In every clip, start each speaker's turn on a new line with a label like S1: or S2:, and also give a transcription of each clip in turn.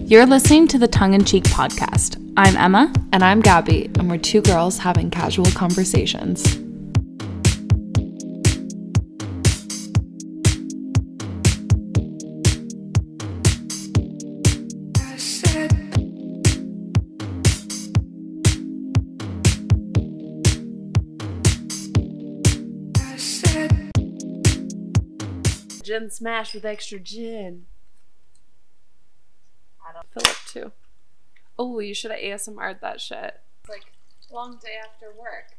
S1: You're listening to the Tongue in Cheek podcast. I'm Emma.
S2: And I'm Gabby, and we're two girls having casual conversations.
S3: Gin smash with extra gin.
S4: I don't
S3: Fill up too. Oh, you should have ASMR'd that shit.
S4: it's like long day after work.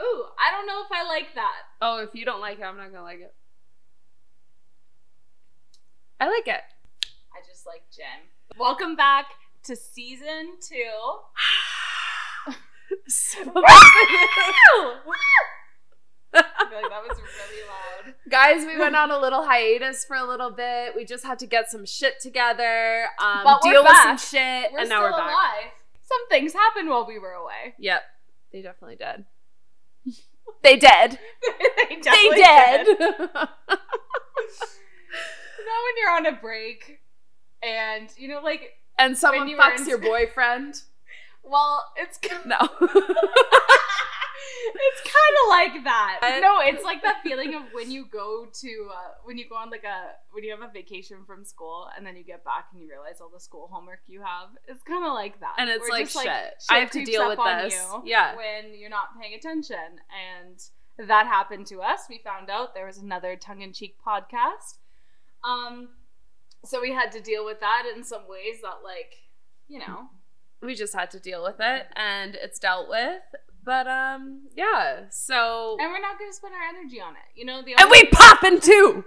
S4: Ooh, I don't know if I like that.
S3: Oh, if you don't like it, I'm not gonna like it. I like it.
S4: I just like Jen. Welcome back to season two. I feel like that was really loud.
S3: Guys, we went on a little hiatus for a little bit. We just had to get some shit together, um,
S4: But we're
S3: deal
S4: back.
S3: with some shit,
S4: We're
S3: and
S4: still
S3: now we're back.
S4: alive. Some things happened while we were away.
S3: Yep, they definitely did. they did.
S4: they
S3: They
S4: definitely
S3: did.
S4: You know when you're on a break and you know like
S3: and someone
S4: you were
S3: fucks
S4: in-
S3: your boyfriend.
S4: well it's
S3: No.
S4: it's kind of like that.
S3: I-
S4: no, it's like that feeling of when you go to uh, when you go on like a when you have a vacation from school and then you get back and you realize all the school homework you have. It's kind of like that,
S3: And it's
S4: Where
S3: like,
S4: just,
S3: shit, I have to
S4: creeps
S3: deal
S4: up
S3: with
S4: on
S3: this.
S4: you
S3: Yeah.
S4: when you're not paying attention, and that happened to us. We found out there was another tongue-in-cheek podcast. Um, so we had to deal with that in some ways that like you know
S3: we just had to deal with it and it's dealt with. But um yeah, so
S4: and we're not going to spend our energy on it you know the
S3: and
S4: only-
S3: we poppin' too.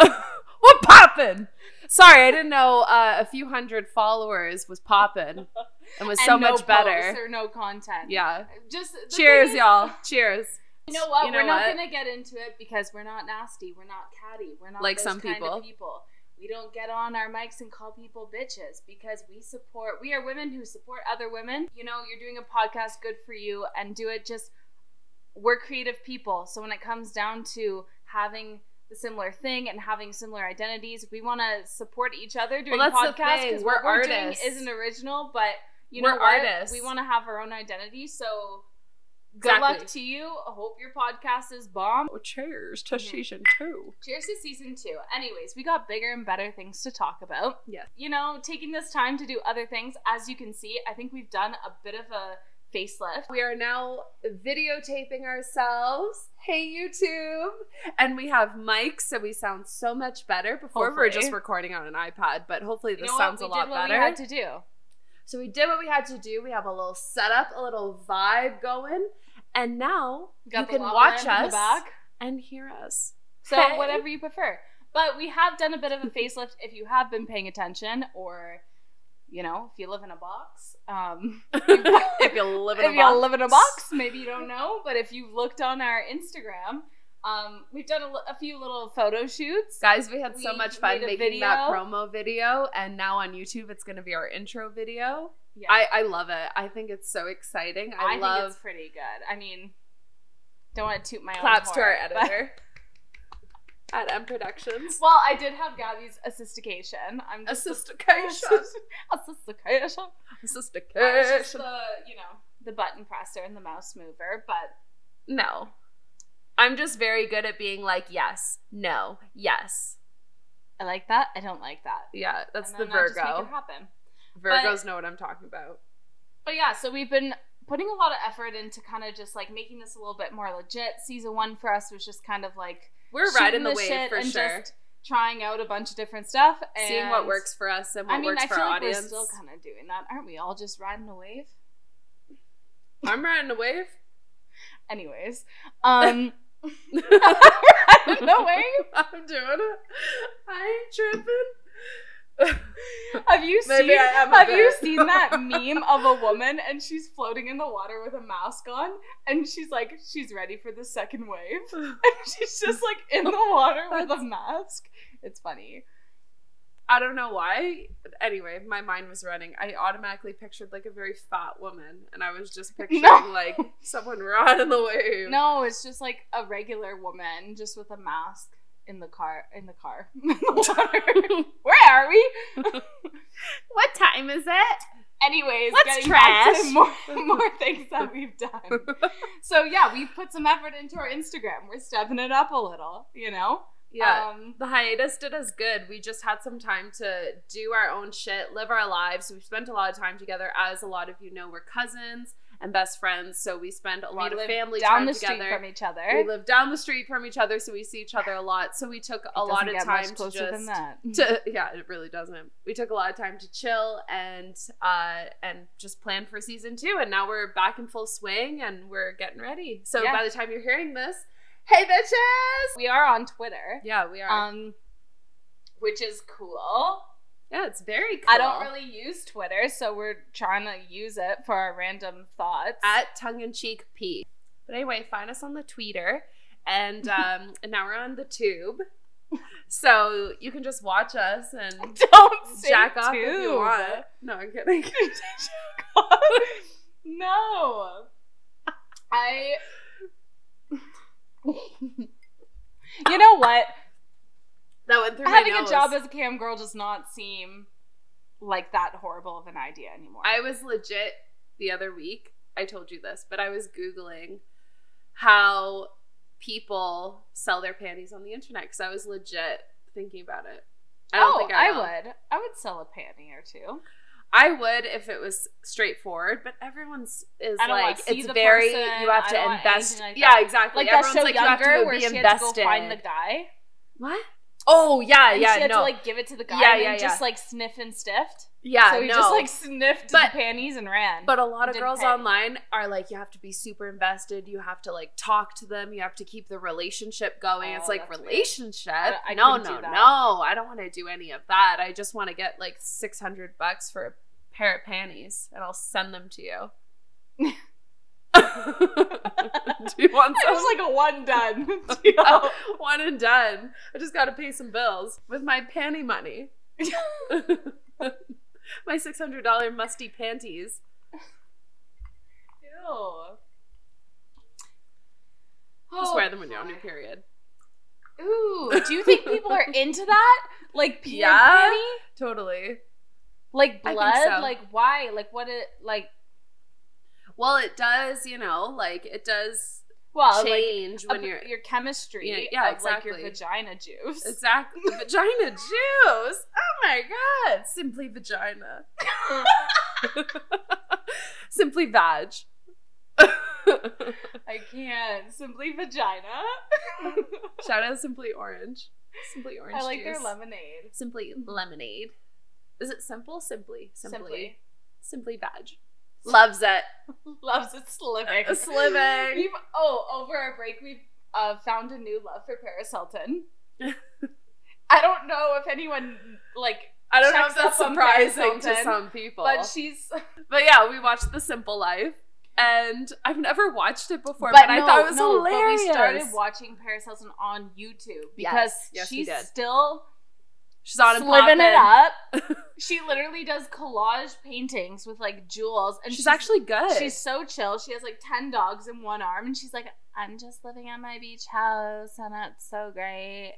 S3: We're poppin'. Sorry, I didn't know uh, a few hundred followers was poppin' and was so
S4: And no
S3: much better.
S4: posts or no content.
S3: yeah.
S4: Just the
S3: Cheers,
S4: thing is-
S3: y'all. Cheers.
S4: You know what?
S3: You know
S4: we're not
S3: what?
S4: gonna get into it because we're not nasty. We're not catty. We're not
S3: Like
S4: those
S3: some
S4: kind
S3: people.
S4: Of people. We don't get on our mics and call people bitches because we support. We are women who support other women. You know, you're doing a podcast, good for you, and do it. Just we're creative people, so when it comes down to having the similar thing and having similar identities, we want to support each other doing
S3: that's the
S4: podcasts
S3: thing.
S4: because
S3: We're
S4: what we're doing
S3: artists.
S4: isn't original, but you
S3: We're
S4: know what?
S3: artists.
S4: We want to have our own identity, so good
S3: Exactly.
S4: luck to you. I hope your podcast is bomb.
S3: Oh, cheers to
S4: Mhm.
S3: season two.
S4: Cheers to season two. Anyways, we got bigger and better things to talk about.
S3: Yes.
S4: You know, taking this time to do other things, as you can see, I think we've done a bit of a facelift.
S3: We are now videotaping ourselves. Hey YouTube. And we have mics, so we sound so much better. Before we were
S4: Hopefully.
S3: just recording on an iPad, but hopefully
S4: You
S3: this
S4: know what?
S3: sounds
S4: We
S3: a lot
S4: did what
S3: better.
S4: We had to do.
S3: so we did what we had to do. We have a little setup, a little vibe going. And now
S4: We
S3: you
S4: the
S3: can
S4: lava
S3: watch
S4: lamp in the
S3: us
S4: back.
S3: and hear us.
S4: So
S3: Hey.
S4: whatever you prefer. But we have done a bit of a facelift if you have been paying attention or you know, if you live in a box. Um
S3: if you live in
S4: if
S3: a
S4: you
S3: box.
S4: live in a box, maybe you don't know, but if you've looked on our Instagram, um, we've done a li- a few little photo shoots.
S3: Guys, we had so
S4: We
S3: much fun
S4: made a
S3: making that
S4: video.
S3: promo video, and now on YouTube, it's going to be our intro video.
S4: Yeah,
S3: I, I love it. I think it's so exciting. I,
S4: think
S3: love
S4: it's pretty good. I mean, don't want to toot my own
S3: claps to our
S4: horn, but-
S3: editor at M Productions.
S4: Well, I did have Gabby's assistication. I'm just
S3: Assistication. Uh,
S4: assistication. I was just
S3: Assistication.
S4: the you know the button presser and the mouse mover, but
S3: No. I'm just very good at being like, yes, no, yes.
S4: I like that. I don't like that.
S3: Yeah, that's
S4: And
S3: the
S4: then I just make
S3: Virgo.
S4: it happen.
S3: Virgos know what I'm talking about.
S4: But yeah, so we've been putting a lot of effort into kind of just like making this a little bit more legit. Season one for us was just kind of like
S3: We're riding
S4: shooting
S3: the
S4: the
S3: wave
S4: shit
S3: for
S4: and
S3: sure.
S4: just trying out a bunch of different stuff and
S3: Seeing what works for us and what
S4: I mean,
S3: works
S4: I
S3: for
S4: feel
S3: our
S4: like
S3: audience.
S4: we're still kind of doing that, aren't we? All just riding the wave.
S3: I'm riding a wave.
S4: Anyways, um, riding the wave.
S3: I'm doing it. I ain't tripping.
S4: Have you
S3: Maybe
S4: seen?
S3: I am a
S4: have you
S3: bit.
S4: seen that meme of a woman and she's floating in the water with a mask on, and she's like, she's ready for the second wave, and she's just like in the water with a mask. It's funny.
S3: I don't know why. Anyway, my mind was running. I automatically pictured like a very fat woman, and I was just picturing like someone riding the wave.
S4: No, it's just like a regular woman just with a mask in the car. In the car, in the water. Where are we? anyways,
S5: Let's
S4: getting back to
S5: trash.
S4: more, more things that we've done. So yeah, we put some effort into our Instagram. We're stepping it up a little, you know?
S3: Yeah.
S4: Um,
S3: the hiatus did us good. We just had some time to do our own shit, live our lives. We've spent a lot of time together. As a lot of you know, we're cousins and best friends. So we spend a
S4: we
S3: lot of
S4: live
S3: family
S4: down
S3: time
S4: the
S3: together.
S4: street from each other.
S3: we live down the street from each other, so we see each other a lot. So we took
S4: It
S3: a lot
S4: doesn't
S3: of
S4: get
S3: time
S4: much
S3: to
S4: closer than
S3: just to
S4: that.
S3: yeah it really doesn't we took a lot of time to chill and uh and just plan for season two and now we're back in full swing and we're getting ready so
S4: Yeah.
S3: by the time you're hearing this hey bitches
S4: we are on Twitter.
S3: yeah we are
S4: Um which is cool.
S3: yeah it's very cool
S4: I don't really use Twitter, so we're trying to use it for our random thoughts.
S3: at tongue-in-cheek p but anyway find us on the tweeter and um and now we're on the tube so you can just watch us and
S4: don't say
S3: jack off if
S4: tube.
S3: you want no i'm kidding
S4: no. I. you know what?
S3: that went through my
S4: Having
S3: nose.
S4: a job as a cam girl does not seem like that horrible of an idea anymore.
S3: I was legit the other week. I told you this, but I was Googling how people sell their panties on the internet because I was legit thinking about it. I don't
S4: oh,
S3: think
S4: I,
S3: I, will.
S4: would. I would sell a panty or two.
S3: I would if it was straightforward, but everyone's is
S4: I don't wanna
S3: like
S4: see
S3: it's
S4: the
S3: very
S4: person,
S3: you have
S4: I
S3: to
S4: don't want
S3: invest.
S4: anything like
S3: yeah,
S4: that.
S3: exactly.
S4: Like that
S3: Everyone's
S4: show
S3: like you have to
S4: Younger,
S3: go
S4: where
S3: be
S4: she had to
S3: invested.
S4: go find the guy.
S3: what? Oh yeah,
S4: and
S3: yeah,
S4: she had
S3: no,
S4: to like give it to the guy
S3: Yeah,
S4: and
S3: yeah,
S4: then just
S3: yeah.
S4: like sniff and sniffed.
S3: yeah.
S4: so he
S3: no.
S4: just like sniffed
S3: But-
S4: the panties and ran.
S3: But a lot of
S4: Didn't
S3: girls
S4: pay.
S3: online are like, you have to be super invested. You have to like talk to them. You have to keep the relationship going.
S4: Oh,
S3: it's like
S4: that's weird.
S3: relationship.
S4: I- I
S3: no,
S4: couldn't do
S3: no,
S4: that.
S3: no. I don't want to do any of that. I just want to get like six hundred bucks for a pair of panties, and I'll send them to you. do you want
S4: it
S3: some?
S4: was like a one done.
S3: Oh, one and done. I just got to pay some bills with my panty money. my six hundred dollar musty panties.
S4: Ew.
S3: Just
S4: Oh,
S3: wear them when you're on
S4: boy.
S3: your period.
S4: Ooh, do you think people are into that? Like pee
S3: Yeah.
S4: and panty?
S3: Totally.
S4: Like
S3: I think
S4: blood?
S3: so.
S4: Like why? Like what it like
S3: Well, it does, you know, like it does
S4: well Uh, like
S3: change
S4: of
S3: when you're
S4: your chemistry
S3: Yeah, yeah,
S4: of like your
S3: exactly.
S4: vagina juice.
S3: exactly vagina juice. Oh my god, simply vagina. simply vag.
S4: I can't. Simply vagina.
S3: Shout out simply orange. Simply orange.
S4: I like their
S3: juice.
S4: lemonade.
S3: Simply lemonade. Is it simple? Simply. Simply.
S4: Simply.
S3: Simply vag. Loves it.
S4: Loves it slipping.
S3: It's living.
S4: We've oh, over our break we've uh, found a new love for Paris Hilton. I don't know if anyone like
S3: I don't know
S4: Checks
S3: if that's
S4: up on Paris
S3: surprising to
S4: Hilton,
S3: some people.
S4: but she's
S3: But yeah, we watched The Simple Life, and I've never watched it before, but,
S4: but, no,
S3: I thought it was
S4: no,
S3: hilarious.
S4: But we started watching Paris Hilton on YouTube because
S3: Yes, yes, we
S4: she's
S3: did.
S4: still
S3: She's on and
S4: living it
S3: poppin'.
S4: up. she literally does collage paintings with like jewels, and
S3: She's, actually good.
S4: she's so chill. She has like ten dogs in one arm, and she's like, "I'm just living at my beach house, and it's so great."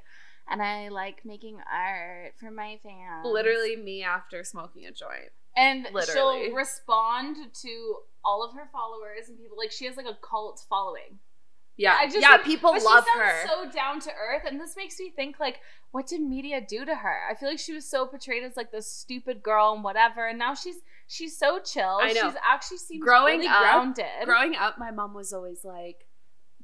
S4: And I like making art for my fans.
S3: literally me after smoking a joint.
S4: And
S3: Literally.
S4: she'll respond to all of her followers and people. Like she has like a cult following.
S3: Yeah,
S4: I just,
S3: yeah,
S4: like-
S3: people
S4: but
S3: love
S4: she sounds
S3: her.
S4: So down to earth, and this makes me think like, what did media do to her? I feel like she was so portrayed as like this stupid girl and whatever, and now she's she's so chill.
S3: I know.
S4: She's actually seems
S3: Growing
S4: really
S3: up-
S4: grounded.
S3: Growing up, my mom was always like,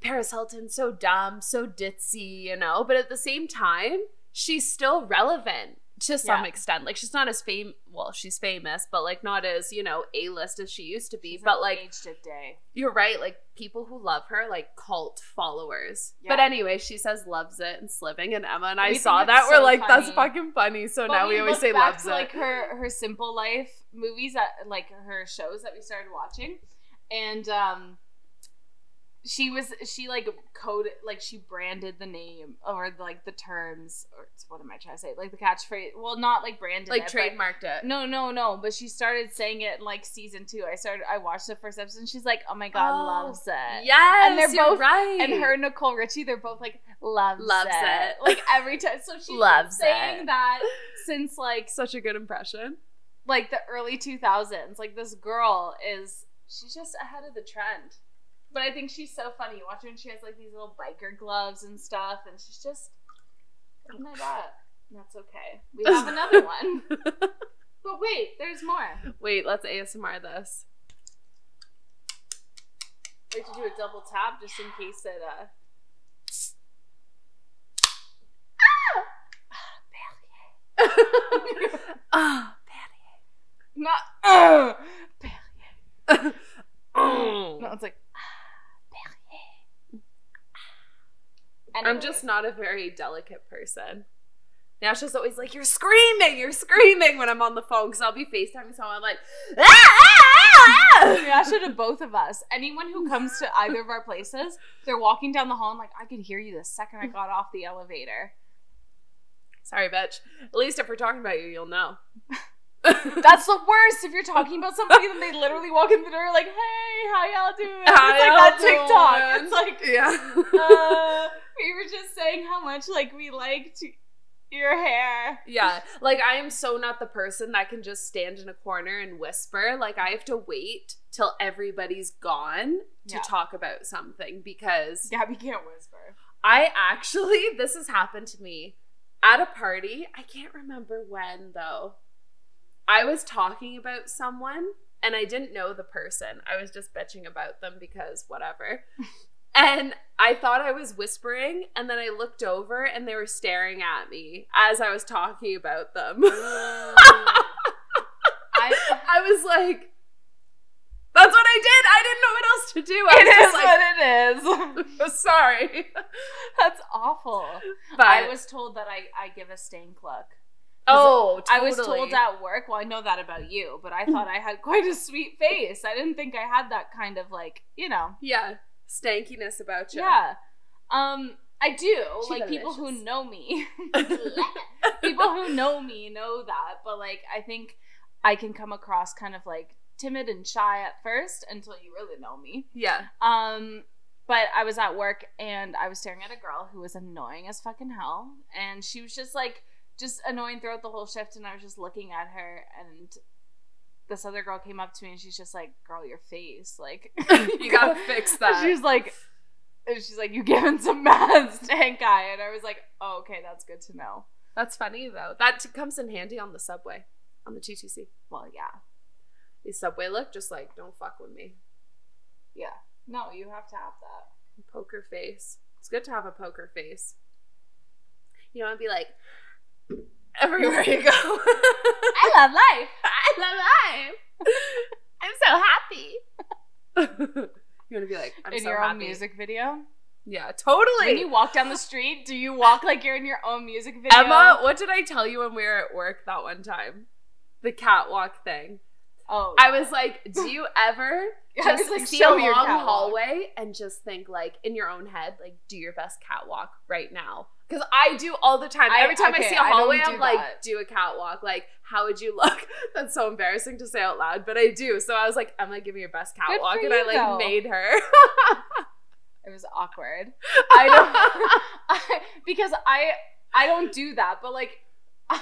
S3: Paris Hilton, so dumb, so ditzy, you know, but at the same time, she's still relevant to some
S4: Yeah.
S3: extent. Like, she's not as fame, well, she's famous, but like not as, you know, A list as she used to be.
S4: She's
S3: but
S4: not
S3: like,
S4: aged a day.
S3: You're right. Like people who love her, like cult followers.
S4: Yeah.
S3: But anyway, she says loves it and sliving, and Emma and I
S4: We think
S3: saw
S4: it's
S3: that.
S4: so
S3: We're like, that's
S4: funny.
S3: fucking funny. So
S4: But
S3: now we, always
S4: look
S3: say
S4: back
S3: loves
S4: to,
S3: it.
S4: like her her simple life movies that like her shows that we started watching, and um. She was she like coded like she branded the name or like the terms or what am I trying to say like the catchphrase well not like branded
S3: like
S4: it, but-
S3: trademarked it.
S4: No, no, no. But she started saying it in like season two. I started. I watched the first episode. and She's like, "Oh my god,
S3: Oh,
S4: loves it."
S3: Yes,
S4: And they're
S3: you're
S4: both-
S3: right.
S4: And her and Nicole Richie, they're both like loves,
S3: Loves
S4: it.
S3: it.
S4: Like every time. So she's
S3: Loves
S4: loves saying
S3: it.
S4: that since like
S3: such a good impression.
S4: like the early 2000s. Like this girl is she's just ahead of the trend. But I think she's so funny. You watch her and she has like these little biker gloves and stuff, and she's just living it up. And That's okay. We have another one. But wait, there's more.
S3: Wait, let's ASMR this.
S4: We have to do a double tap just in case it uh
S3: Ah.
S4: not uh, no,
S3: Oh.
S4: it's like
S3: I'm just not a very delicate person. Natasha's always like, "You're screaming, you're screaming" when I'm on the phone because I'll be FaceTiming someone like, "Ah, ah, ah, ah."
S4: Yasha to both of us. Anyone who comes to either of our places, they're walking down the hall and like, I could hear you the second I got off the elevator.
S3: Sorry, bitch. At least if we're talking about you, you'll know.
S4: That's the worst if you're talking about somebody and they literally walk in the door like, hey, how y'all doing? it's like that TikTok. It's like
S3: yeah,
S4: uh, we were just saying how much like we liked your hair.
S3: yeah. Like I am so not the person that can just stand in a corner and whisper. Like I have to wait till everybody's gone to
S4: Yeah.
S3: talk about something because
S4: Gabby can't whisper.
S3: I actually, this has happened to me at a party. I can't remember when though. I was talking about someone and I didn't know the person. I was just bitching about them because whatever. and I thought I was whispering and then I looked over and they were staring at me as I was talking about them.
S4: I,
S3: I was like, that's what I did. I didn't know what else to do. I
S4: it is
S3: was
S4: what it is.
S3: just like, sorry.
S4: That's awful.
S3: But
S4: I was told that I, I give a stank look.
S3: oh,
S4: I was told
S3: totally.
S4: at work, well, I know that about you, but I thought I had quite a sweet face. I didn't think I had that kind of like, you know.
S3: Yeah, stankiness about you.
S4: Yeah. Um I do.
S3: She's
S4: like people
S3: delicious.
S4: who know me. people who know me know that, but like I think I can come across kind of like timid and shy at first until you really know me.
S3: yeah.
S4: Um, but I was at work and I was staring at a girl who was annoying as fucking hell, and she was just like just annoying throughout the whole shift, and I was just looking at her and. This other girl came up to me and she's just like, "Girl, your face, like
S3: You gotta fix that.
S4: She's like, and she's like, "You giving some mad stank eye," and I was like, oh, "Okay, that's good to know."
S3: That's funny though. That t- comes in handy on the subway, on the TTC.
S4: Well, yeah,
S3: The subway look, just like don't fuck with me.
S4: yeah. No, you have to have that.
S3: Poker face. It's good to have a poker face. You don't want to be like everywhere you go. I
S4: I love life.
S3: love life. I'm so happy. you want to be like I'm
S4: in
S3: so
S4: your
S3: happy.
S4: own music video.
S3: Yeah,
S4: When
S3: totally.
S4: you walk down the street, do you walk like you're in your own music video?
S3: Emma, what did I tell you when we were at work that one time? The catwalk thing.
S4: Oh,
S3: I was like, do you ever
S4: I
S3: just
S4: was like,
S3: see a
S4: show
S3: long
S4: your catwalk.
S3: hallway and just think like in your own head, like do your best catwalk right now? Because I do all the time.
S4: I-
S3: Every time I
S4: okay,
S3: see a
S4: I don't
S3: hallway,
S4: do
S3: I'm like,
S4: that.
S3: do a catwalk. Like, how would you look? That's so embarrassing to say out loud, but I do. So I was like, Emma, give me your best
S4: for
S3: catwalk. And
S4: you,
S3: I like
S4: though.
S3: made her.
S4: it was awkward. I don't I, because I I don't do that, but like I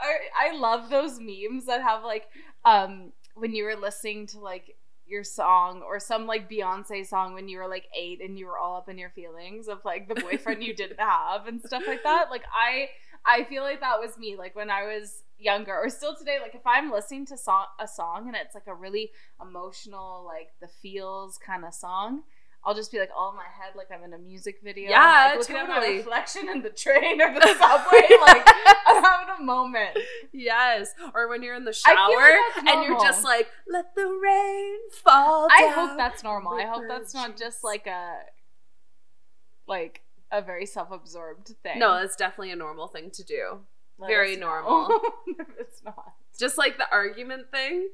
S4: I love those memes that have like um when you were listening to like your song or some like Beyonce song when you were like 8 and you were all up in your feelings of like the boyfriend you didn't have and stuff like that. Like I I feel like that was me like when I was younger or still today like if I'm listening to song a song and it's like a really emotional like the feels kind of song I'll just be like all in my head, like I'm in a music video.
S3: Yeah,
S4: I'm, like, looking at
S3: totally.
S4: my reflection in the train or the subway. like I'm having a moment.
S3: yes. Or when you're in the
S4: I
S3: shower
S4: feel like that's
S3: and you're just
S4: normal.
S3: like, let the rain fall.
S4: I
S3: down."
S4: hope that's normal. I hope that's not just like a like a very self-absorbed thing.
S3: No, that's definitely a normal thing to do.
S4: Let
S3: very
S4: us know.
S3: normal.
S4: If it's not.
S3: just like the argument thing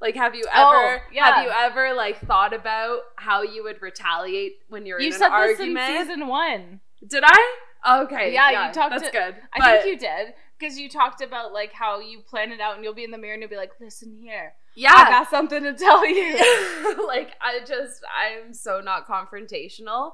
S3: like have you
S4: Oh,
S3: ever have
S4: yeah.
S3: you ever like thought about how you would retaliate when you're
S4: You
S3: in
S4: said
S3: an
S4: this
S3: argument
S4: in season one.
S3: did i okay
S4: Yeah, you talked
S3: that's
S4: to-
S3: good
S4: I
S3: But-
S4: think you did. Because you talked about like how you plan it out and you'll be in the mirror and you'll be like, listen here. I
S3: yeah
S4: got something to tell you.
S3: like i just i'm so not confrontational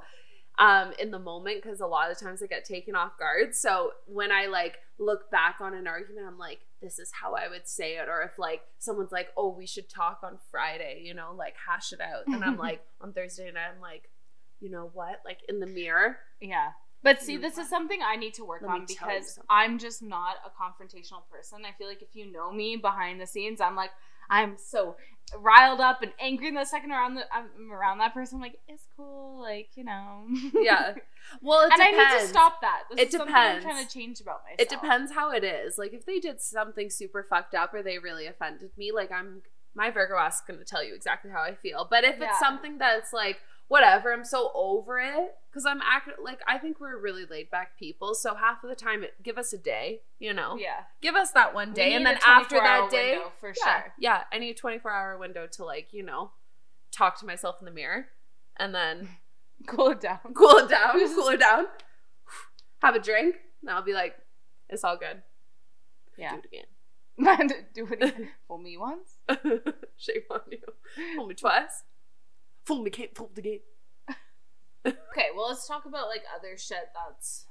S3: um, in the moment because a lot of times I get taken off guard. So when I like look back on an argument, I'm like, this is how I would say it. Or if like someone's like, oh, we should talk on Friday, you know, like hash it out. And I'm like, on Thursday night, I'm like, you know what? Like in the mirror,
S4: Yeah. But see,
S3: You
S4: this is
S3: what?
S4: something I need to work
S3: Let me
S4: on
S3: tell you
S4: because
S3: something.
S4: I'm just not a confrontational person. I feel like if you know me behind the scenes, I'm like, I'm so riled up and angry in the second around the, I'm around that person. I'm like, it's cool, like you know.
S3: yeah. Well, it
S4: and
S3: depends.
S4: I need to stop that. This
S3: It
S4: is something I'm
S3: depends.
S4: trying to change about myself.
S3: It depends how it is. Like if they did something super fucked up or they really offended me, like I'm my Virgo ass is gonna tell you exactly how I feel. But if
S4: Yeah.
S3: it's something that's like whatever, I'm so over it because I'm act like I think we're really laid back people. So half of the time, it, give us a day, you know,
S4: Yeah.
S3: give us that one
S4: We
S3: day, and
S4: need a
S3: then after
S4: 24-hour
S3: that day,
S4: window, for
S3: yeah,
S4: sure.
S3: yeah, I need a 24 hour window to like you know talk to myself in the mirror and then
S4: Cool it down.
S3: cool it down, cool it down, have a drink, and I'll be like, it's all good.
S4: Yeah.
S3: Do it again.
S4: Do it again. Fool me once.
S3: Shame on you. Fool me twice. Fool me can't fool the game.
S4: Okay, well, let's talk about like other shit that's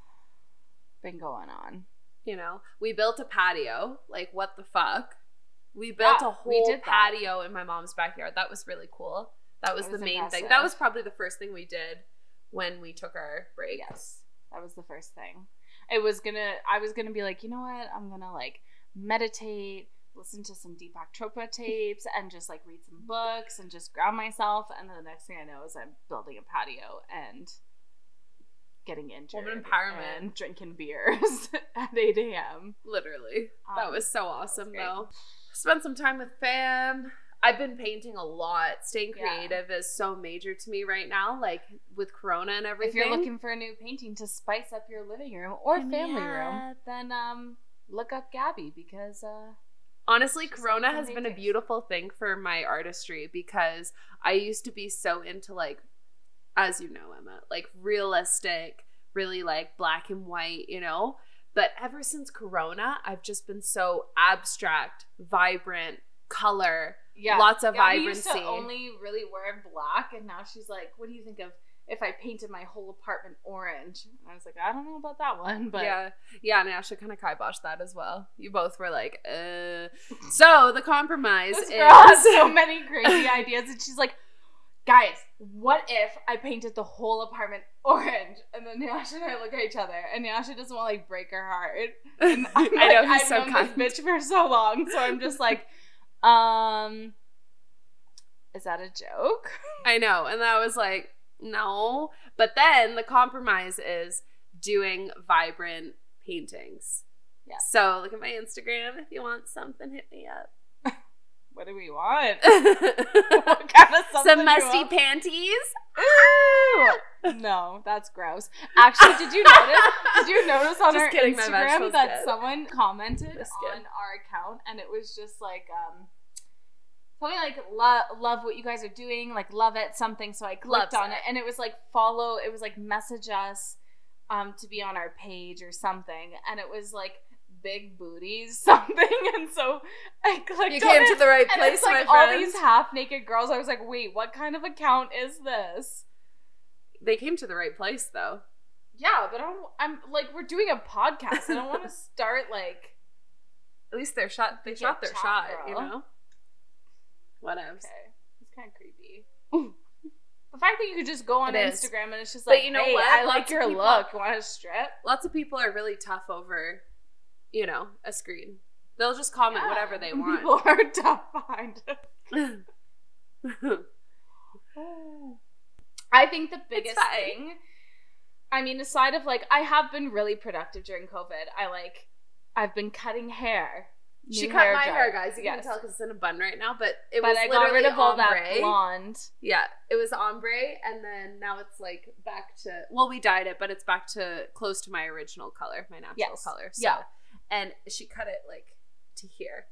S4: been going on.
S3: You know, we built a patio. Like, what the fuck? We built
S4: Yeah,
S3: a
S4: we
S3: whole
S4: did that.
S3: patio in my mom's backyard. That was really cool. That was,
S4: That was
S3: the main
S4: impressive.
S3: thing. That was probably the first thing we did when we took our break.
S4: Yes, that was the first thing. It was gonna. I was gonna be like, you know what? I'm gonna like meditate, listen to some Deepak Chopra tapes, and just like read some books and just ground myself. And then the next thing I know is I'm building a patio and getting injured.
S3: empowerment.
S4: And drinking beers at 8 a.m.
S3: Literally.
S4: Um,
S3: that was so
S4: was
S3: awesome,
S4: great.
S3: though. Spent some time with fam. I've been painting a lot. Staying
S4: Yeah.
S3: creative is so major to me right now, like with Corona and everything.
S4: If you're looking for a new painting to spice up your living room or
S3: Mm,
S4: family
S3: yeah.
S4: room, then um, look up Gabby because uh,
S3: Honestly,
S4: She's
S3: Corona
S4: like,
S3: has been a
S4: "Amazing."
S3: beautiful thing for my artistry because I used to be so into like, as you know, Emma, like realistic, really like black and white, you know? But ever since Corona, I've just been so abstract, vibrant, color.
S4: yeah,
S3: Lots of
S4: Gabby Used to
S3: vibrancy.
S4: only really wear black, and now she's like, "What do you think of if I painted my whole apartment orange?" And I was like, "I don't know about that one, but
S3: yeah, yeah, and Asha kind of kiboshed that as well. You both were like, uh. So the compromise
S4: this
S3: is
S4: girl has so many crazy ideas." And she's like, "Guys, what if I painted the whole apartment orange?" And then Nyasha and I look at each other, and Nyasha doesn't want to like break her heart. And
S3: I
S4: I'm like,
S3: know he's
S4: I've
S3: so
S4: known
S3: kind.
S4: this bitch for so long, so I'm just like, um, is that a joke?
S3: I know. And I was like, no. But then the compromise is doing vibrant paintings.
S4: Yeah.
S3: So look at my Instagram. If you want something, hit me up.
S4: What do we want?
S3: Some
S4: What kind of something do you
S3: musty
S4: want?
S3: panties.
S4: Ooh! no, that's gross. Actually, did you notice? Did you notice on
S3: Just
S4: our
S3: kidding, my match
S4: Instagram
S3: was
S4: that
S3: good.
S4: someone commented
S3: Just kidding.
S4: on our account and it was just like um something like lo- love what you guys are doing, like love it something. So I
S3: Loves
S4: clicked on
S3: it.
S4: it and it was like follow. It was like message us um to be on our page or something, and it was like big booties something. And so I clicked.
S3: You
S4: on
S3: came
S4: it
S3: to the right
S4: and
S3: place,
S4: it's
S3: my
S4: like all
S3: friend.
S4: these half naked girls. I was like, wait, what kind of account is this?
S3: They came to the right place, though.
S4: Yeah, but I'm, I'm like, we're doing a podcast. I don't want to start like.
S3: At least they're shot. They
S4: Good
S3: shot their
S4: job,
S3: shot.
S4: girl.
S3: You know. Whatevs.
S4: Okay, it's kind of creepy. the fact that you could just go on
S3: It is.
S4: Instagram and it's just
S3: But
S4: like,
S3: you know
S4: hey,
S3: what?
S4: I
S3: Lots
S4: like
S3: of
S4: your
S3: people-
S4: look. You want to strip?
S3: Lots of people are really tough over, you know, a screen. They'll just comment
S4: Yeah.
S3: whatever they want.
S4: People are tough behind. I think the biggest
S3: fine.
S4: thing, I mean, aside of like, I have been really productive during COVID. I like, I've been cutting hair.
S3: She
S4: New
S3: cut my
S4: dye.
S3: hair, guys. You
S4: Yes.
S3: can tell because it's in a bun right now, but it
S4: but
S3: was
S4: I got
S3: literally
S4: rid of all that
S3: ombre.
S4: blonde.
S3: Yeah, it was ombre, and then now it's like back to well, we dyed it, but it's back to close to my original color, my natural
S4: Yes.
S3: color. So.
S4: Yeah.
S3: and she cut it like to here,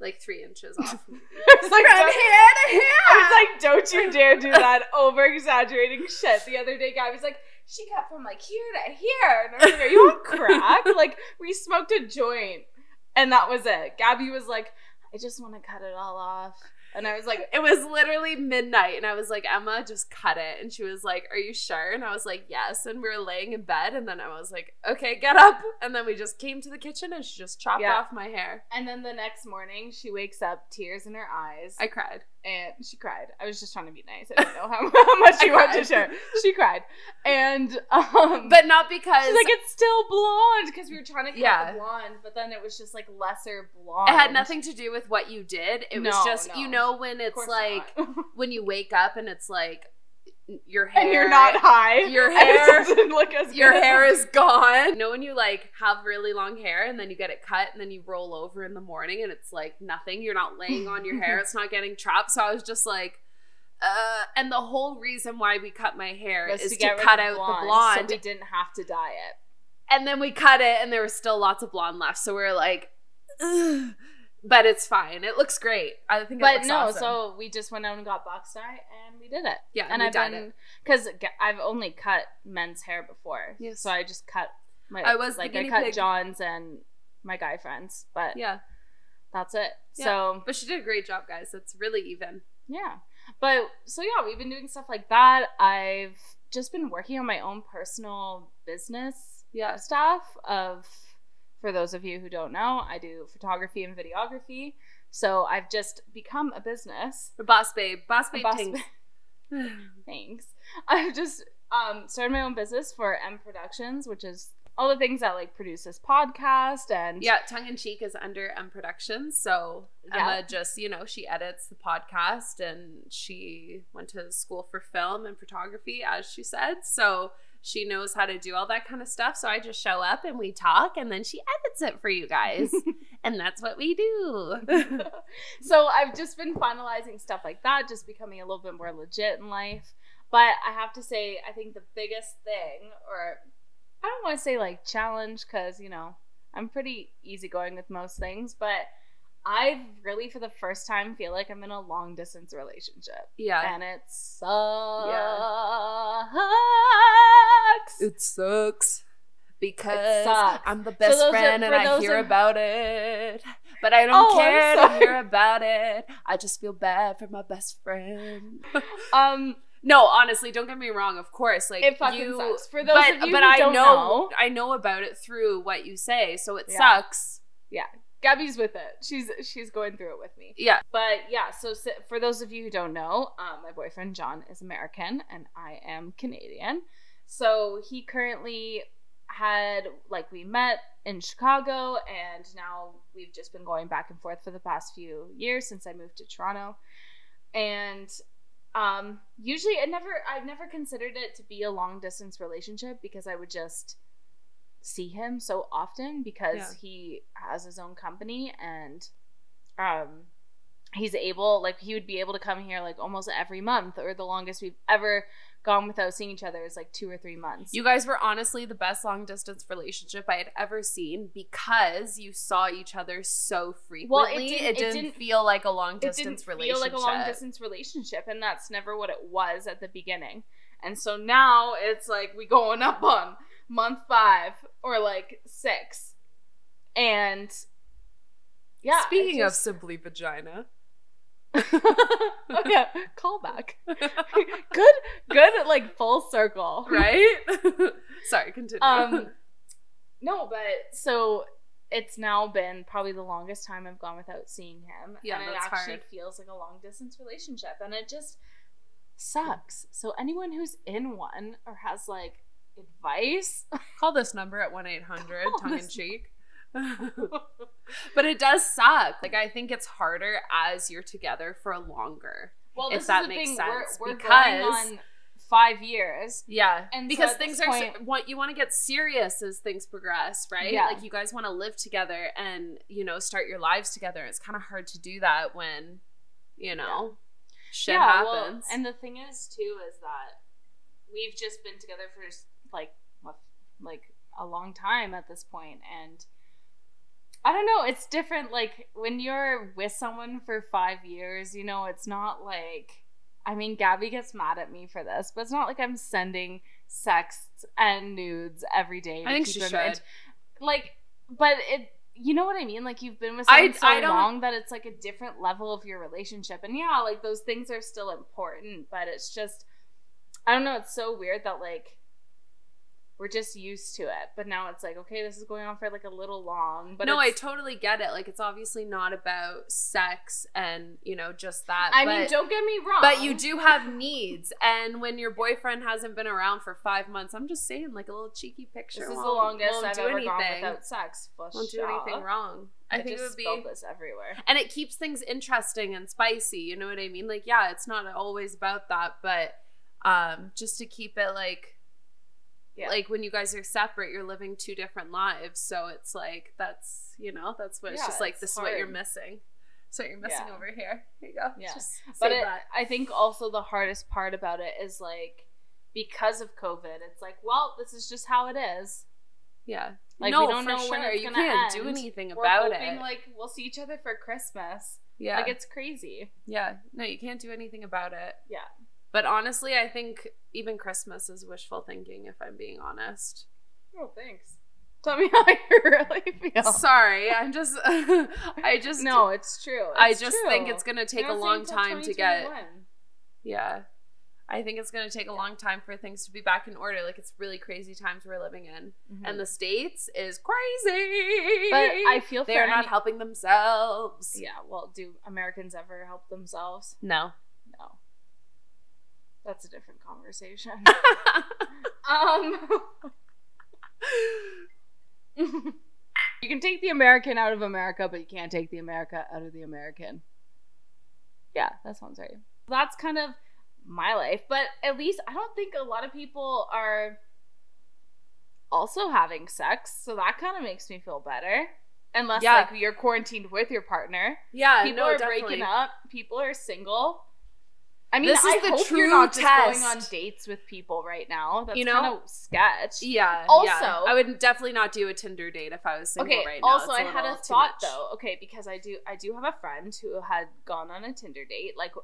S3: like three inches off.
S4: It's like,
S3: From
S4: don't-
S3: here to here.
S4: I was like, don't you dare do that over exaggerating shit. The other day, Guy was like, she got from like here to here. And I was like, are you on crack? like, we smoked a joint. And that was it. Gabby was like, I just want to cut it all off. And I was like,
S3: It was literally midnight, and I was like, Emma, just cut it. And she was like, Are you sure? And I was like, Yes. And we were laying in bed, and then I was like, Okay, get up. And then we just came to the kitchen, and she just chopped
S4: Yeah.
S3: off my hair.
S4: and then the next morning she wakes up, tears in her eyes,
S3: I cried.
S4: and she cried. I was just trying to be nice. I didn't know how, how much
S3: I
S4: you wanted to
S3: cried.
S4: share. She cried, and um,
S3: But not because
S4: she's like, it's still blonde because we were trying to cut
S3: Yeah.
S4: the blonde, but then it was just like lesser blonde.
S3: it had nothing to do with what you did. It was
S4: No,
S3: just,
S4: no.
S3: you know, when
S4: Of
S3: it's
S4: course
S3: like,
S4: not.
S3: when you wake up and it's like, your hair.
S4: and you're not high.
S3: your
S4: and it
S3: hair-
S4: doesn't look as
S3: your
S4: good.
S3: hair is gone. You know when you like have really long hair and then you get it cut and then you roll over in the morning and it's like nothing. You're not laying on your hair. It's not getting trapped. So I was just like, uh. And the whole reason why we cut my hair
S4: Was
S3: is to,
S4: get rid
S3: cut
S4: of
S3: out the
S4: so
S3: blonde.
S4: we didn't have to dye it.
S3: and then we cut it and there was still lots of blonde left. So we were like, Ugh. but it's fine. It looks great. I think. it
S4: But
S3: looks
S4: no,
S3: awesome.
S4: so we just went out and got box dye, and we did it.
S3: yeah,
S4: and
S3: we
S4: I've
S3: dyed
S4: been
S3: it.
S4: because I've only cut men's hair before.
S3: Yes.
S4: So I just cut my.
S3: I was the
S4: like I
S3: guinea
S4: cut
S3: pig.
S4: John's and my guy friends, but
S3: Yeah,
S4: that's it.
S3: Yeah.
S4: So
S3: but she did a great job, guys. It's really even.
S4: yeah, but so yeah, we've been doing stuff like that. I've just been working on my own personal business
S3: Yeah.
S4: stuff. Of for those of you who don't know, I do photography and videography. So I've just become a business.
S3: Boss babe, boss
S4: A
S3: babe,
S4: boss
S3: Tings.
S4: Thanks. I've just um, started my own business for M Productions, which is all the things that like produce this podcast and
S3: Yeah, tongue in cheek is under M Productions. So
S4: Yeah.
S3: Emma just, you know, she edits the podcast and she went to school for film and photography, as she said. So she knows how to do all that kind of stuff. So I just show up and we talk and then she edits it for you guys. and that's what we do.
S4: so I've just been finalizing stuff like that, just becoming a little bit more legit in life. But I have to say, I think the biggest thing, or I don't want to say like challenge, because, you know, I'm pretty easygoing with most things, but I really, for the first time, feel like I'm in a long distance relationship.
S3: yeah.
S4: and it sucks.
S3: It sucks. Because
S4: It sucks.
S3: I'm the
S4: those
S3: best
S4: are-
S3: friend and
S4: for
S3: I
S4: those
S3: hear
S4: are-
S3: about it. But I don't
S4: Oh, I'm
S3: care to
S4: sorry.
S3: hear about it. I just feel bad for my best friend.
S4: Um,
S3: No, honestly, don't get me wrong. Of course, like
S4: it fucking
S3: you,
S4: sucks. For those
S3: but
S4: of you
S3: but
S4: who
S3: I
S4: don't
S3: know,
S4: know,
S3: I know about it through what you say, so it
S4: Yeah.
S3: sucks.
S4: Gabby's with it. She's she's going through it with me.
S3: Yeah,
S4: But yeah, so, s for those of you who don't know, um, my boyfriend John is American and I am Canadian. So he currently had like we met in Chicago and now we've just been going back and forth for the past few years since I moved to Toronto. And um usually it never I've never considered it to be a long distance relationship because I would just see him so often because
S3: Yeah.
S4: he has his own company and um he's able like he would be able to come here like almost every month or the longest we've ever gone without seeing each other is like two or three months
S3: you guys were honestly the best long distance relationship I had ever seen because you saw each other so frequently.
S4: Well, it
S3: didn't,
S4: didn't- it didn't-
S3: feel like a long
S4: it
S3: distance
S4: didn't feel
S3: relationship.
S4: like a long distance relationship and that's never what it was at the beginning and so now it's like we going up on month five or like six and yeah I
S3: Speaking
S4: just-
S3: of simply vagina,
S4: oh yeah callback good good like full circle
S3: right? Sorry, continue.
S4: um no but so it's now been probably the longest time i've gone without seeing him
S3: Yeah,
S4: and it
S3: that's
S4: actually
S3: hard.
S4: feels like a long distance relationship and it just sucks so anyone who's in one or has like advice
S3: Call this number at 1 800
S4: Call
S3: tongue in
S4: this
S3: cheek. but it does suck. Like, I think it's harder as you're together for longer.
S4: well
S3: If
S4: this is
S3: that
S4: the
S3: makes
S4: thing
S3: sense,
S4: we're, we're
S3: because-
S4: going on five years
S3: Yeah.
S4: And so
S3: because
S4: at
S3: things
S4: this
S3: are,
S4: point-
S3: what you want to get serious as things progress, right?
S4: Yeah.
S3: Like, you guys want to live together and, you know, start your lives together. It's kind of hard to do that when, you know, shit
S4: well,
S3: happens.
S4: and the thing is too is that we've just been together for like what, like a long time at this point, and I don't know. It's different. Like when you're with someone for five years, you know, it's not like. I mean, Gabby gets mad at me for this, but it's not like I'm sending sexts and nudes every day.
S3: I think
S4: keep
S3: she
S4: him
S3: should.
S4: in- Like, but it you know what I mean? Like you've been with
S3: I-
S4: someone so
S3: I don't-
S4: long that it's like a different level of your relationship. And yeah, like those things are still important, but it's just I don't know, it's so weird that like we're just used to it. But now it's like, okay, this is going on for like a little long. But
S3: no, I
S4: it's-
S3: totally get it. Like, it's obviously not about sex and, you know, just that.
S4: I
S3: but-
S4: mean, don't get me wrong.
S3: But you do have needs, and when your boyfriend hasn't been around for five months, I'm just saying, like a little cheeky picture.
S4: This is the
S3: won't-
S4: longest
S3: won't
S4: I've
S3: do
S4: ever
S3: anything,
S4: gone without sex. Flush
S3: Won't do
S4: it out.
S3: anything wrong. I,
S4: I,
S3: think it
S4: just
S3: would be,
S4: spilled this everywhere.
S3: and it keeps things interesting and spicy. You know what I mean? Like, yeah, it's not always about that, but um, just to keep it like,
S4: Yeah.
S3: like when you guys are separate, you're living two different lives, so it's like that's you know that's what it's
S4: Yeah,
S3: just like
S4: it's
S3: this is what you're
S4: hard.
S3: missing. So you're missing
S4: Yeah.
S3: over here. Here you go.
S4: Yeah.
S3: Just
S4: but
S3: save
S4: it,
S3: that.
S4: I think also the hardest part about it is like because of COVID, it's like, well, this is just how it is.
S3: yeah.
S4: Like,
S3: no,
S4: we don't
S3: for
S4: know
S3: sure.
S4: when it's
S3: you
S4: gonna
S3: can't do
S4: end.
S3: anything
S4: We're
S3: about
S4: hoping,
S3: it.
S4: Like we'll see each other for Christmas.
S3: yeah.
S4: Like it's crazy.
S3: Yeah, no, you can't do anything about it.
S4: Yeah.
S3: But honestly, I think even Christmas is wishful thinking, if I'm being honest.
S4: Oh, thanks. Tell me how you really feel.
S3: Sorry, I'm just, I just,
S4: Oh. no, it's true.
S3: I
S4: It's
S3: just
S4: true.
S3: think it's going to take
S4: They're
S3: a
S4: saying
S3: long
S4: till
S3: time to get,
S4: 2021.
S3: yeah. I think it's going to take a long time for things to be back in order. Like, it's really crazy times we're living in.
S4: Mm-hmm.
S3: And the States is crazy.
S4: but I feel
S3: they're
S4: for
S3: not
S4: any-
S3: helping themselves.
S4: Yeah, well, do Americans ever help themselves?
S3: No.
S4: No. That's a different conversation. um You can take the American out of America, but you can't take the America out of the American. Yeah, that sounds right. That's kind of my life, but at least I don't think a lot of people are also having sex, so that kind of makes me feel better. Unless
S3: Yeah.
S4: like you're quarantined with your partner
S3: yeah,
S4: people
S3: Uh, no,
S4: are
S3: definitely.
S4: breaking up. People are single. I mean,
S3: This is
S4: I
S3: the
S4: hope
S3: true
S4: you're not just going
S3: test.
S4: on dates with people right now. That's
S3: You know?
S4: kind of sketch.
S3: Yeah.
S4: Also-
S3: yeah. I would definitely not do a Tinder date if I was single
S4: okay.
S3: right now.
S4: also,
S3: It's
S4: I had
S3: little
S4: a
S3: too
S4: thought
S3: much.
S4: though. Okay, because I do, I do have a friend who had gone on a Tinder date. Like,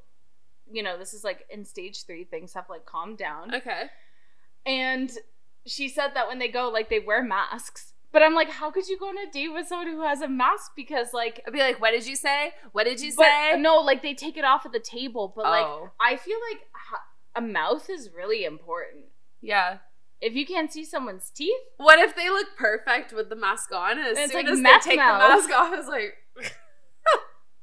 S4: you know, this is like in stage three. Things have like calmed down,
S3: Okay.
S4: and she said that when they go, like, they wear masks. But I'm like, how could you go on a date with someone who has a mask? Because like,
S3: I'd be like, what did you say? What did you say?
S4: but, no, like they take it off at the table. But like,
S3: Oh.
S4: I feel like ha- a mouth is really important.
S3: yeah.
S4: If you can't see someone's teeth,
S3: What if they look perfect with the mask on? And as
S4: It's
S3: soon
S4: like
S3: as they
S4: meth
S3: take
S4: mouth.
S3: the mask off, it's like,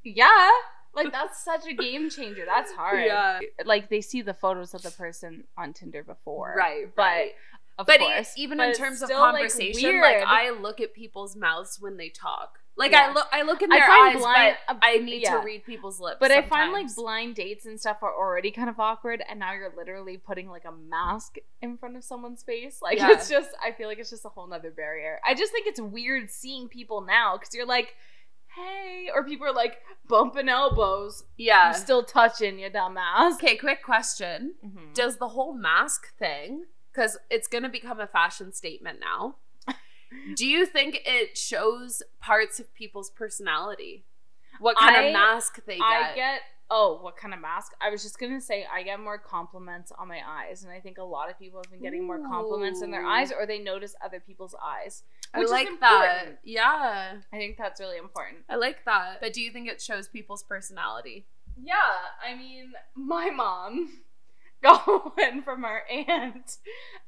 S4: yeah, like that's such a game changer. That's hard.
S3: yeah.
S4: Like they see the photos of the person on Tinder before,
S3: Right,
S4: But
S3: right.
S4: of
S3: But e-
S4: course,
S3: even
S4: But
S3: in
S4: it's
S3: terms of
S4: still, like,
S3: conversation, like,
S4: weird.
S3: I look at people's mouths when they talk. Like
S4: Yeah.
S3: I look, I look in
S4: I
S3: their
S4: find
S3: eyes,
S4: blind-
S3: but
S4: uh,
S3: I need
S4: yeah.
S3: to read people's lips.
S4: But I find like
S3: sometimes.
S4: blind dates and stuff are already kind of awkward, and now you're literally putting like a mask in front of someone's face. Like
S3: Yeah.
S4: it's just, I feel like it's just a whole nother barrier. I just think it's weird seeing people now because you're like, hey, or people are like bumping elbows.
S3: yeah.
S4: You still touching, you dumbass.
S3: okay, quick question:
S4: Mhm.
S3: does the whole mask thing because it's going to become a fashion statement now do you think it shows parts of people's personality what kind
S4: I-
S3: of mask they get
S4: I get oh, what kind of mask? I was just gonna say I get more compliments on my eyes, and I think a lot of people have been getting more compliments in their
S3: Ooh.
S4: eyes, or they notice other people's eyes.
S3: I
S4: which is
S3: like that
S4: important.
S3: yeah
S4: I think that's really important.
S3: i like that but do you think it shows people's personality
S4: Yeah, I mean, my mom got one from our aunt,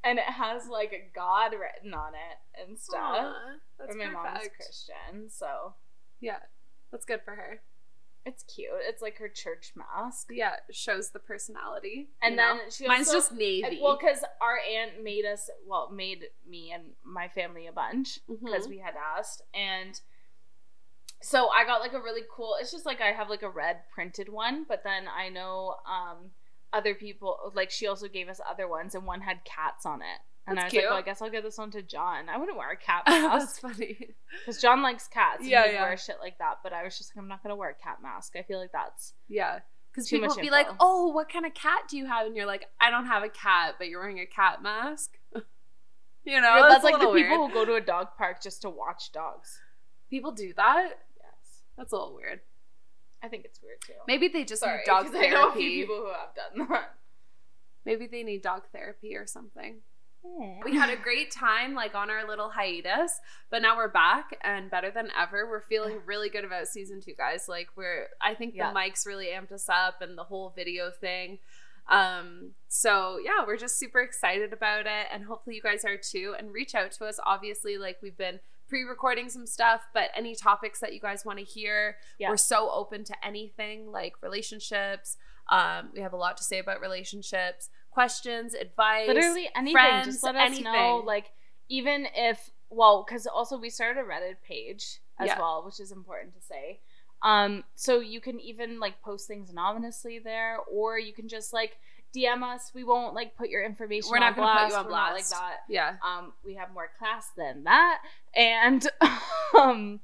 S4: and it has like a God written on it and stuff.
S3: Aw, that's
S4: And my mom's
S3: perfect.
S4: Christian, so
S3: yeah that's good for her
S4: it's cute. It's like her church mask,
S3: yeah it shows the personality
S4: and
S3: you
S4: then
S3: know?
S4: she also
S3: mine's just navy
S4: Well, because our aunt made us, well, made me and my family a bunch because
S3: Mhm.
S4: we had asked. And so I got like a really cool, it's just like I have like a red printed one, but then I know um, other people, like she also gave us other ones and one had cats on it. And
S3: That's
S4: I was like, well, I
S3: cute.
S4: guess I'll give this one to John. I wouldn't wear a cat
S3: that's
S4: mask
S3: funny
S4: because John likes cats.
S3: Yeah,
S4: Yeah, he
S3: yeah.
S4: wear shit like that. But I was just like, I'm not gonna wear a cat mask. I feel like that's
S3: Yeah. Because
S4: Too
S3: people
S4: much
S3: would be
S4: info.
S3: like, oh, what kind of cat do you have? And you're like, I don't have a cat, but you're wearing a cat mask. you know?
S4: that's,
S3: That's,
S4: like the
S3: weird.
S4: people who go to a dog park just to watch dogs.
S3: People do that?
S4: Yes,
S3: That's a little weird.
S4: I think it's weird too.
S3: Maybe they just
S4: Sorry,
S3: need dog
S4: 'cause
S3: therapy.
S4: I know a few people who have done that.
S3: Maybe they need dog therapy or something. We had a great time, like on our little hiatus, but now we're back and better than ever. We're feeling really good about season two, guys. Like we're, I think
S4: Yeah.
S3: the mics really amped us up and the whole video thing. Um, so yeah, we're just super excited about it, and hopefully you guys are too. And reach out to us. Obviously, like we've been pre-recording some stuff, but any topics that you guys want to hear,
S4: Yeah.
S3: we're so open to anything like relationships. Um, we have a lot to say about relationships, questions, advice.
S4: literally anything.
S3: friends,
S4: just let us know,
S3: anything.
S4: like even if well, because also we started a Reddit page as
S3: Yeah.
S4: well, which is important to say. Um, so you can even like post things anonymously there, or you can just like DM us. We won't like put your information.
S3: We're
S4: on
S3: not gonna put
S4: blast.
S3: you on
S4: We're not
S3: blast.
S4: like that.
S3: Yeah.
S4: Um, we have more class than that, and um,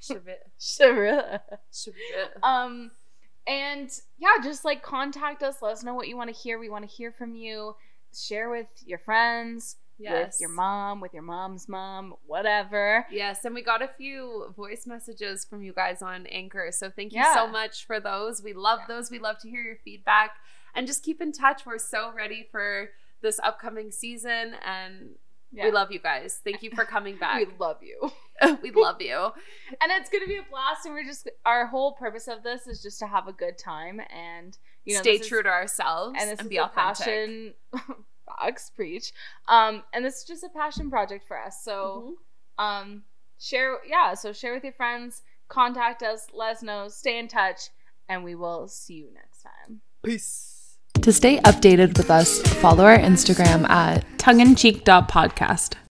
S4: Shiver. Um, and yeah, just like contact us. Let us know what you want to hear. We want to hear from you. Share with your friends, with
S3: Yes.
S4: your mom, with your mom's mom, whatever.
S3: Yes, and we got a few voice messages from you guys on Anchor. So thank you
S4: Yeah.
S3: so much for those. We love those. We love to hear your feedback and just keep in touch. We're so ready for this upcoming season and
S4: Yeah.
S3: we love you guys. Thank you for coming back.
S4: We love you.
S3: we love you.
S4: And it's gonna be a blast. And we're just our whole purpose of this is just to have a good time and you know
S3: Stay
S4: this is-
S3: true to ourselves
S4: and
S3: and,
S4: this is
S3: be
S4: a
S3: authentic.
S4: passion. Fox preach. Um, and this is just a passion project for us. So.
S3: Mhm.
S4: um share yeah so share with your friends contact us let us know stay in touch and we will see you next time
S2: To stay updated with us, follow our Instagram at
S1: tongueincheek.podcast.